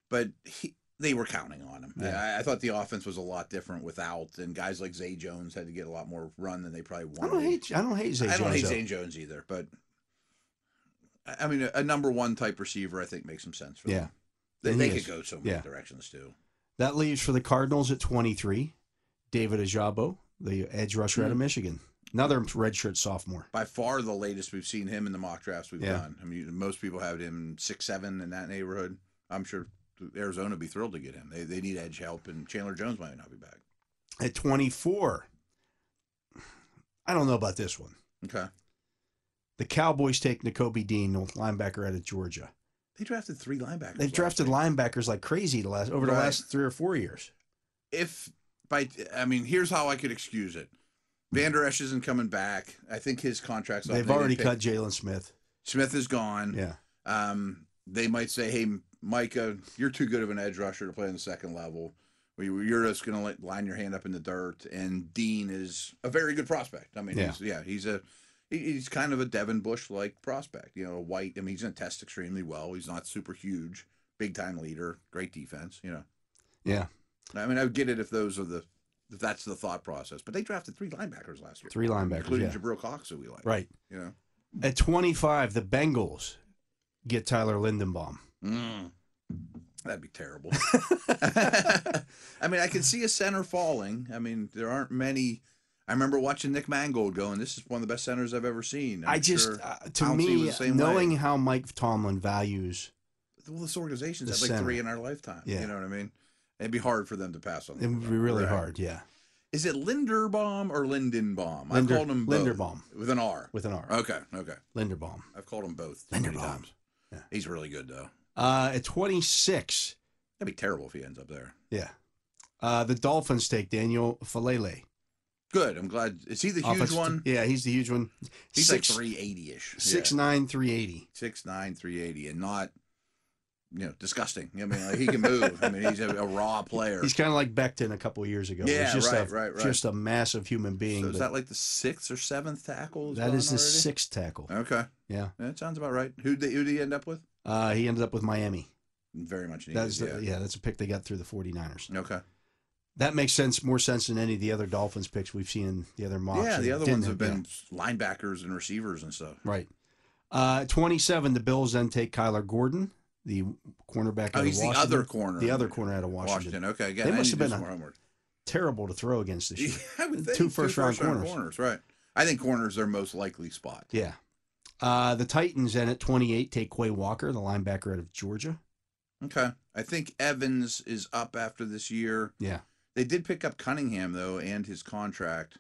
[SPEAKER 3] but he, they were counting on him. I, I thought the offense was a lot different without, and guys like Zay Jones had to get a lot more run than they probably
[SPEAKER 2] I
[SPEAKER 3] wanted.
[SPEAKER 2] don't hate. I don't hate Zay
[SPEAKER 3] I don't
[SPEAKER 2] Jones,
[SPEAKER 3] hate
[SPEAKER 2] though.
[SPEAKER 3] Zay Jones either, but I- I mean, a, a number one type receiver, I think, makes some sense for
[SPEAKER 2] Yeah,
[SPEAKER 3] them. They,
[SPEAKER 2] And
[SPEAKER 3] they
[SPEAKER 2] he is.
[SPEAKER 3] could go so many
[SPEAKER 2] Yeah.
[SPEAKER 3] directions too.
[SPEAKER 2] That leaves for the Cardinals at 23. David Ajabo, the edge rusher
[SPEAKER 3] Mm-hmm.
[SPEAKER 2] out of Michigan, another redshirt sophomore.
[SPEAKER 3] By far the latest we've seen him in the mock drafts we've
[SPEAKER 2] Yeah.
[SPEAKER 3] done. I mean, most people have him six, seven in that neighborhood. I'm sure Arizona would be thrilled to get him. They, they need edge help, and Chandler Jones might not be back.
[SPEAKER 2] At 24, I don't know about this one.
[SPEAKER 3] Okay.
[SPEAKER 2] The Cowboys take N'Kobe Dean, North linebacker out of Georgia.
[SPEAKER 3] They drafted three linebackers.
[SPEAKER 2] They've
[SPEAKER 3] last
[SPEAKER 2] drafted
[SPEAKER 3] year.
[SPEAKER 2] linebackers like crazy the last over the
[SPEAKER 3] Right.
[SPEAKER 2] last three or four years.
[SPEAKER 3] if by I mean, here's how I could excuse it. Van Der Esch isn't coming back. I think his contract's up.
[SPEAKER 2] They've
[SPEAKER 3] They
[SPEAKER 2] already
[SPEAKER 3] didn't
[SPEAKER 2] cut Jalen Smith.
[SPEAKER 3] pick- Smith is gone.
[SPEAKER 2] Yeah,
[SPEAKER 3] Um, they might say, "Hey, Micah, you're too good of an edge rusher to play on the second level. We, you're just going to line your hand up in the dirt." And Dean is a very good prospect. I mean,
[SPEAKER 2] Yeah.
[SPEAKER 3] he's, yeah, he's a he- he's kind of a Devin Bush like prospect. You know, a white. I mean, he's going to test extremely well. He's not super huge, big time leader, great defense. You know,
[SPEAKER 2] yeah.
[SPEAKER 3] I mean, I would get it if those are the if that's the thought process. But they drafted three linebackers last year,
[SPEAKER 2] Three linebackers.
[SPEAKER 3] including
[SPEAKER 2] Yeah.
[SPEAKER 3] Jabril Cox, who we like.
[SPEAKER 2] Right.
[SPEAKER 3] You know,
[SPEAKER 2] At 25, the Bengals get Tyler Lindenbaum.
[SPEAKER 3] Mm. That'd be terrible. I mean, I can see a center falling. I mean, there aren't many. I remember watching Nick Mangold going, "This is one of the best centers I've ever seen." I'm
[SPEAKER 2] i just,
[SPEAKER 3] sure-
[SPEAKER 2] uh, to
[SPEAKER 3] Pouncey
[SPEAKER 2] me,
[SPEAKER 3] was the same
[SPEAKER 2] knowing
[SPEAKER 3] way.
[SPEAKER 2] how Mike Tomlin values,
[SPEAKER 3] well, this organization's
[SPEAKER 2] the
[SPEAKER 3] had like
[SPEAKER 2] center.
[SPEAKER 3] three in our lifetime.
[SPEAKER 2] Yeah.
[SPEAKER 3] You know what I mean? It'd be hard for them to pass on.
[SPEAKER 2] it would be really
[SPEAKER 3] Right.
[SPEAKER 2] hard. Yeah.
[SPEAKER 3] Is it Linderbaum or Lindenbaum? I've
[SPEAKER 2] Linder-
[SPEAKER 3] called Uh, them both.
[SPEAKER 2] Linderbaum.
[SPEAKER 3] with an R.
[SPEAKER 2] With an R.
[SPEAKER 3] Okay, okay.
[SPEAKER 2] Linderbaum.
[SPEAKER 3] I've called them both. too many
[SPEAKER 2] Linderbaum.
[SPEAKER 3] times.
[SPEAKER 2] Yeah.
[SPEAKER 3] He's really good though.
[SPEAKER 2] Uh, at 26,
[SPEAKER 3] That'd be terrible if he ends up there.
[SPEAKER 2] yeah. Uh, the Dolphins take Daniel Falele.
[SPEAKER 3] Good. I'm glad. Is he the huge
[SPEAKER 2] Offensive-
[SPEAKER 3] one?
[SPEAKER 2] Yeah, he's the huge one.
[SPEAKER 3] He's
[SPEAKER 2] six,
[SPEAKER 3] like three eighty ish.
[SPEAKER 2] six nine, 380.
[SPEAKER 3] six nine, three eighty, and not you know disgusting. I mean, like, he can move. I mean, he's a, a raw player.
[SPEAKER 2] He's kind of like Becton a couple years ago.
[SPEAKER 3] Yeah,
[SPEAKER 2] He's just
[SPEAKER 3] right,
[SPEAKER 2] a,
[SPEAKER 3] right, right.
[SPEAKER 2] Just a massive human being.
[SPEAKER 3] so is
[SPEAKER 2] but
[SPEAKER 3] that like the sixth or seventh tackle? he's
[SPEAKER 2] that
[SPEAKER 3] gone
[SPEAKER 2] is the
[SPEAKER 3] already?
[SPEAKER 2] sixth tackle.
[SPEAKER 3] Okay,
[SPEAKER 2] Yeah.
[SPEAKER 3] that sounds about right. Who did who did he end up with?
[SPEAKER 2] Uh, he ended up with Miami.
[SPEAKER 3] Very much needed.
[SPEAKER 2] That's
[SPEAKER 3] yeah.
[SPEAKER 2] the, yeah, that's a pick they got through the 49ers.
[SPEAKER 3] Okay.
[SPEAKER 2] That makes sense, more sense than any of the other Dolphins picks we've seen in the other mocks.
[SPEAKER 3] yeah,
[SPEAKER 2] It
[SPEAKER 3] the other
[SPEAKER 2] didn't
[SPEAKER 3] ones have
[SPEAKER 2] yeah.
[SPEAKER 3] been linebackers and receivers and stuff.
[SPEAKER 2] right. Uh, 27, the Bills then take Kyler Gordon, the cornerback. out
[SPEAKER 3] Oh,
[SPEAKER 2] of
[SPEAKER 3] he's the
[SPEAKER 2] Washington.
[SPEAKER 3] other corner.
[SPEAKER 2] The other corner out of Washington.
[SPEAKER 3] Washington. Okay, again,
[SPEAKER 2] They
[SPEAKER 3] I
[SPEAKER 2] must have
[SPEAKER 3] need to
[SPEAKER 2] been
[SPEAKER 3] do some
[SPEAKER 2] a-
[SPEAKER 3] more homework.
[SPEAKER 2] Terrible to throw against this
[SPEAKER 3] Yeah,
[SPEAKER 2] year.
[SPEAKER 3] I would think
[SPEAKER 2] Two first-round
[SPEAKER 3] first-round
[SPEAKER 2] corners.
[SPEAKER 3] corners, right? I think corners are most likely spot.
[SPEAKER 2] Yeah. Uh, the Titans then at 28 take Quay Walker, the linebacker out of Georgia.
[SPEAKER 3] Okay. I think Evans is up after this year.
[SPEAKER 2] Yeah.
[SPEAKER 3] They did pick up Cunningham though and his contract.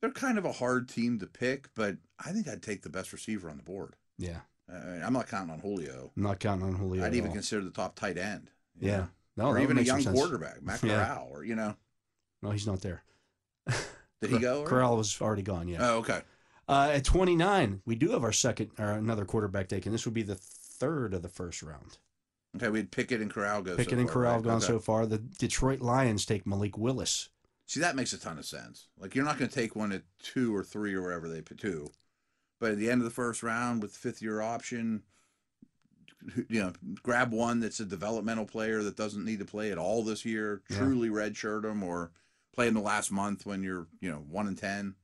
[SPEAKER 3] They're kind of a hard team to pick, but I think I'd take the best receiver on the board.
[SPEAKER 2] Yeah.
[SPEAKER 3] I mean, I'm not counting on Julio.
[SPEAKER 2] I'm not counting on Julio.
[SPEAKER 3] I'd
[SPEAKER 2] at
[SPEAKER 3] even
[SPEAKER 2] all.
[SPEAKER 3] consider the top tight end. you
[SPEAKER 2] Yeah.
[SPEAKER 3] know,
[SPEAKER 2] No,
[SPEAKER 3] or
[SPEAKER 2] that
[SPEAKER 3] even a
[SPEAKER 2] makes some
[SPEAKER 3] young
[SPEAKER 2] sense.
[SPEAKER 3] quarterback, Matt
[SPEAKER 2] Yeah.
[SPEAKER 3] Corral, or you know,
[SPEAKER 2] No, he's not there.
[SPEAKER 3] did he go? already?
[SPEAKER 2] Corral was already gone, yeah.
[SPEAKER 3] Oh, okay.
[SPEAKER 2] Uh, at 29, we do have our second or another quarterback taken. This would be the third of the first round.
[SPEAKER 3] Okay, we had Pickett and Corral go. so
[SPEAKER 2] Pickett and
[SPEAKER 3] far,
[SPEAKER 2] Corral
[SPEAKER 3] right?
[SPEAKER 2] gone
[SPEAKER 3] Okay.
[SPEAKER 2] so far. The Detroit Lions take Malik Willis.
[SPEAKER 3] See, that makes a ton of sense. Like you're not going to take one at two or three or wherever they put two, but at the end of the first round with the fifth year option, you know, grab one that's a developmental player that doesn't need to play at all this year.
[SPEAKER 2] Yeah.
[SPEAKER 3] Truly redshirt them or play in the last month when you're you know one and ten.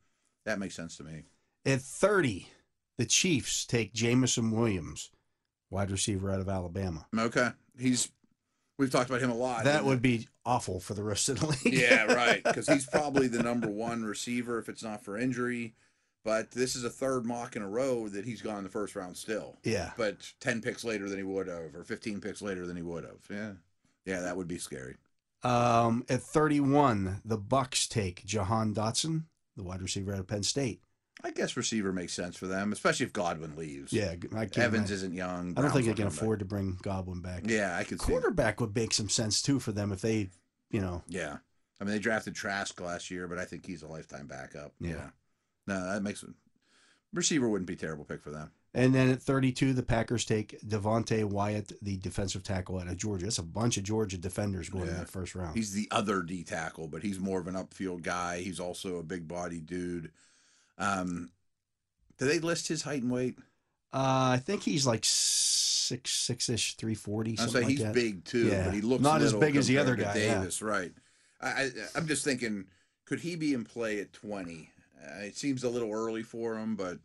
[SPEAKER 3] That makes sense to me.
[SPEAKER 2] At 30, the Chiefs take Jamison Williams, wide receiver out of Alabama.
[SPEAKER 3] Okay, he's we've talked about him a lot.
[SPEAKER 2] That would be awful for the rest of the league.
[SPEAKER 3] yeah, right. Because he's probably the number one receiver if it's not for injury. But this is a third mock in a row that he's gone in the first round still.
[SPEAKER 2] yeah.
[SPEAKER 3] but 10 picks later than he would have or 15 picks later than he would have yeah yeah that would be scary
[SPEAKER 2] Um, at 31, the Bucks take Jahan Dotson, the wide receiver out of Penn State.
[SPEAKER 3] i guess receiver makes sense for them especially if godwin leaves
[SPEAKER 2] Yeah, I can't
[SPEAKER 3] evans
[SPEAKER 2] imagine-
[SPEAKER 3] isn't young
[SPEAKER 2] I don't think
[SPEAKER 3] Brown's
[SPEAKER 2] they can
[SPEAKER 3] not coming back.
[SPEAKER 2] afford to bring Goblin back.
[SPEAKER 3] yeah i could see
[SPEAKER 2] Quarterback would make some sense too for them if they, you know,
[SPEAKER 3] yeah i mean they drafted trask last year but i think he's a lifetime backup
[SPEAKER 2] Yeah.
[SPEAKER 3] no that makes receiver wouldn't be a terrible pick for them
[SPEAKER 2] And then at 32, the Packers take Devontae Wyatt, the defensive tackle out of Georgia. That's a bunch of Georgia defenders going in
[SPEAKER 3] Yeah.
[SPEAKER 2] that first round.
[SPEAKER 3] He's the other D tackle, but he's more of an upfield guy. He's also a big body dude. Um, do they list his height and weight?
[SPEAKER 2] uh, I think he's like six six ish, 340,
[SPEAKER 3] I
[SPEAKER 2] something
[SPEAKER 3] say
[SPEAKER 2] like
[SPEAKER 3] he's
[SPEAKER 2] that.
[SPEAKER 3] big too,
[SPEAKER 2] Yeah.
[SPEAKER 3] but he looks
[SPEAKER 2] Not as
[SPEAKER 3] little
[SPEAKER 2] big as the other
[SPEAKER 3] compared to
[SPEAKER 2] guy, yeah.
[SPEAKER 3] Davis, right? I, I, I'm just thinking, could he be in play at 20? Uh, it seems a little early for him, but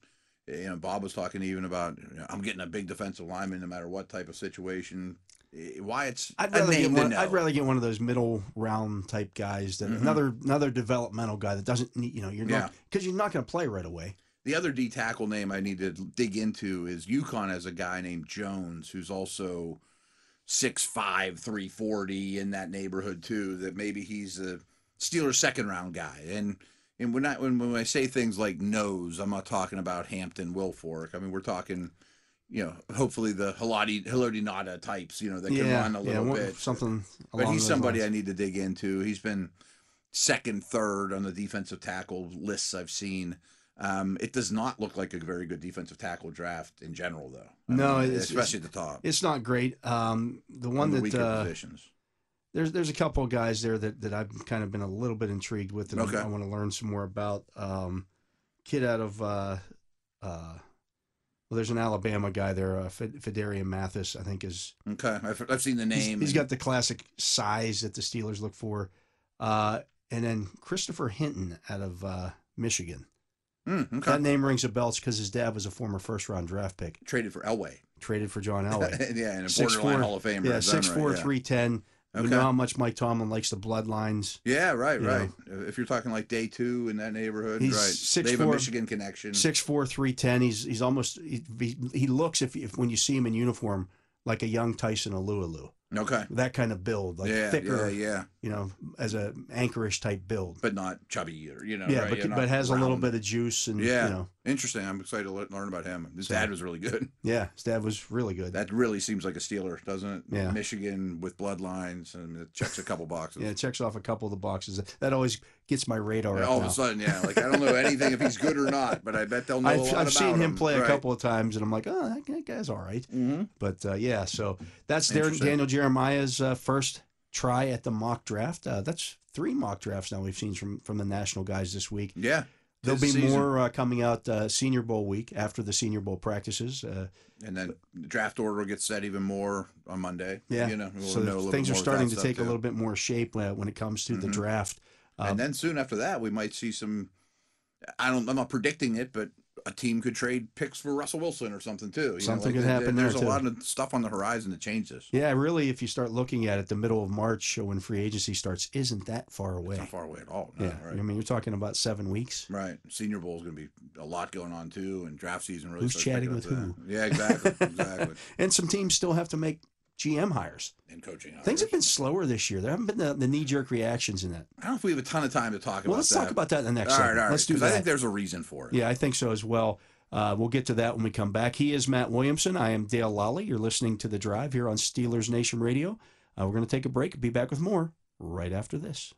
[SPEAKER 3] you know, Bob was talking even about you know, I'm getting a big defensive lineman no matter what type of situation. eh, Wyatt's
[SPEAKER 2] I'd
[SPEAKER 3] a
[SPEAKER 2] rather, get
[SPEAKER 3] name to
[SPEAKER 2] one,
[SPEAKER 3] know.
[SPEAKER 2] I'd rather get one of those middle round type guys that
[SPEAKER 3] Mm-hmm.
[SPEAKER 2] another another developmental guy that doesn't need you know you're not because you're not going to play right away.
[SPEAKER 3] The other D tackle name I need to dig into is UConn has a guy named Jones who's also 6'5, 340 in that neighborhood too. That maybe he's a Steelers second round guy. And and when I when, when I say things like nose, I'm not talking about Hampton Wilfork. I mean we're talking, you know, hopefully the Haloti Haloti Nada types, you know, that can
[SPEAKER 2] yeah,
[SPEAKER 3] run a
[SPEAKER 2] yeah,
[SPEAKER 3] little
[SPEAKER 2] one-
[SPEAKER 3] bit.
[SPEAKER 2] something.
[SPEAKER 3] But
[SPEAKER 2] along
[SPEAKER 3] he's
[SPEAKER 2] those
[SPEAKER 3] somebody
[SPEAKER 2] lines.
[SPEAKER 3] I need to dig into. He's been second, third on the defensive tackle lists I've seen. Um, it does not look like a very good defensive tackle draft in general, though. I
[SPEAKER 2] No,
[SPEAKER 3] mean,
[SPEAKER 2] it's-
[SPEAKER 3] especially at the top,
[SPEAKER 2] It's not great. Um, the
[SPEAKER 3] on
[SPEAKER 2] one
[SPEAKER 3] the
[SPEAKER 2] that
[SPEAKER 3] weaker
[SPEAKER 2] uh,
[SPEAKER 3] positions.
[SPEAKER 2] there's there's a couple of guys there that, that I've kind of been a little bit intrigued with, and
[SPEAKER 3] Okay.
[SPEAKER 2] I want to learn some more about. Um, kid out of uh, uh, well, there's an Alabama guy there, uh, Fid- Fidarian Mathis, I think is
[SPEAKER 3] Okay, I've, I've seen the
[SPEAKER 2] he's-
[SPEAKER 3] name.
[SPEAKER 2] he's
[SPEAKER 3] and-
[SPEAKER 2] got the classic size that the Steelers look for, uh, and then Christopher Hinton out of uh, Michigan.
[SPEAKER 3] Mm, okay.
[SPEAKER 2] That name rings a bell because his dad was a former first round draft pick,
[SPEAKER 3] traded for Elway.
[SPEAKER 2] traded for John Elway.
[SPEAKER 3] yeah, and a
[SPEAKER 2] Six
[SPEAKER 3] borderline
[SPEAKER 2] four-
[SPEAKER 3] Hall of Famer.
[SPEAKER 2] yeah,
[SPEAKER 3] in his own
[SPEAKER 2] six four
[SPEAKER 3] right, yeah.
[SPEAKER 2] three ten. You
[SPEAKER 3] Okay.
[SPEAKER 2] know how much Mike Tomlin likes the bloodlines.
[SPEAKER 3] Yeah, right,
[SPEAKER 2] you
[SPEAKER 3] right. If you're talking like day two in that neighborhood,
[SPEAKER 2] He's
[SPEAKER 3] right?
[SPEAKER 2] six
[SPEAKER 3] they have a
[SPEAKER 2] four-
[SPEAKER 3] Michigan connection.
[SPEAKER 2] Six four three ten. He's he's almost he, he- he looks if, if when you see him in uniform like a young Tyson Alualu,
[SPEAKER 3] Okay.
[SPEAKER 2] that kind of build, like
[SPEAKER 3] yeah,
[SPEAKER 2] thicker,
[SPEAKER 3] yeah, yeah,
[SPEAKER 2] you know, as a anchorish type build.
[SPEAKER 3] but not chubby or you know.
[SPEAKER 2] yeah,
[SPEAKER 3] right?
[SPEAKER 2] but
[SPEAKER 3] You're not
[SPEAKER 2] but has a little
[SPEAKER 3] round.
[SPEAKER 2] bit of juice and
[SPEAKER 3] Yeah.
[SPEAKER 2] you know,
[SPEAKER 3] Interesting. I'm excited to le- learn about him. His
[SPEAKER 2] So-
[SPEAKER 3] dad was really good.
[SPEAKER 2] yeah, his dad was really good.
[SPEAKER 3] That really seems like a Steeler, doesn't it?
[SPEAKER 2] Yeah.
[SPEAKER 3] Michigan with bloodlines and it checks a couple boxes.
[SPEAKER 2] yeah, it checks off a couple of the boxes. That always gets my radar.
[SPEAKER 3] And
[SPEAKER 2] up
[SPEAKER 3] all
[SPEAKER 2] now.
[SPEAKER 3] of a sudden, yeah. Like I don't know anything if he's good or not, but I bet they'll know a
[SPEAKER 2] I've,
[SPEAKER 3] lot
[SPEAKER 2] I've seen
[SPEAKER 3] about
[SPEAKER 2] him play a couple of times, and I'm like, oh, that- that guy's all right.
[SPEAKER 3] hmm
[SPEAKER 2] But uh, yeah, so that's their
[SPEAKER 3] Interesting.
[SPEAKER 2] Daniel Jeremiah's uh, first try at the mock draft. Uh, that's three mock drafts now we've seen from from the national guys this week.
[SPEAKER 3] Yeah.
[SPEAKER 2] There'll be
[SPEAKER 3] This season.
[SPEAKER 2] more uh, coming out uh, Senior Bowl week after the Senior Bowl practices. Uh,
[SPEAKER 3] And then the draft order will get set even more on Monday.
[SPEAKER 2] yeah,
[SPEAKER 3] You know, we'll
[SPEAKER 2] so
[SPEAKER 3] know a little
[SPEAKER 2] things
[SPEAKER 3] bit
[SPEAKER 2] are
[SPEAKER 3] more about
[SPEAKER 2] starting
[SPEAKER 3] that
[SPEAKER 2] to
[SPEAKER 3] stuff,
[SPEAKER 2] take a
[SPEAKER 3] too.
[SPEAKER 2] little uh, bit more shape uh, when it comes to the
[SPEAKER 3] Mhm.
[SPEAKER 2] draft.
[SPEAKER 3] and then soon after that, we might see some. I don't. I'm not predicting it, but a team could trade picks for Russell Wilson or something too. You know,
[SPEAKER 2] Something
[SPEAKER 3] like
[SPEAKER 2] could
[SPEAKER 3] there-
[SPEAKER 2] happen
[SPEAKER 3] There's
[SPEAKER 2] there,
[SPEAKER 3] a
[SPEAKER 2] too.
[SPEAKER 3] lot of stuff on the horizon to change this.
[SPEAKER 2] Yeah, really, if you start looking at it, the middle of March uh, when free agency starts isn't that far away.
[SPEAKER 3] It's not far away at all. no,
[SPEAKER 2] yeah,
[SPEAKER 3] Right.
[SPEAKER 2] I mean, you're talking about seven weeks.
[SPEAKER 3] Right. Senior Bowl is going to be a lot going on too, and draft season really.
[SPEAKER 2] Who's
[SPEAKER 3] starts
[SPEAKER 2] chatting
[SPEAKER 3] picking
[SPEAKER 2] with
[SPEAKER 3] up
[SPEAKER 2] who?
[SPEAKER 3] then. Yeah, exactly, exactly.
[SPEAKER 2] And some teams still have to make GM hires.
[SPEAKER 3] And coaching. hours.
[SPEAKER 2] Things have been slower this year. There haven't been the, the knee jerk reactions in that.
[SPEAKER 3] I don't know if we have a ton of time to talk about.
[SPEAKER 2] Well, let's
[SPEAKER 3] that.
[SPEAKER 2] talk about that in the
[SPEAKER 3] All
[SPEAKER 2] next
[SPEAKER 3] right, all
[SPEAKER 2] segment.
[SPEAKER 3] right.
[SPEAKER 2] Let's do
[SPEAKER 3] 'cause
[SPEAKER 2] that.
[SPEAKER 3] I think there's a reason for it.
[SPEAKER 2] yeah, I think so as well. Uh, we'll get to that when we come back. He is Matt Williamson. I am Dale Lally. You're listening to The Drive here on Steelers Nation Radio. Uh, we're going to take a break. Be back with more right after this.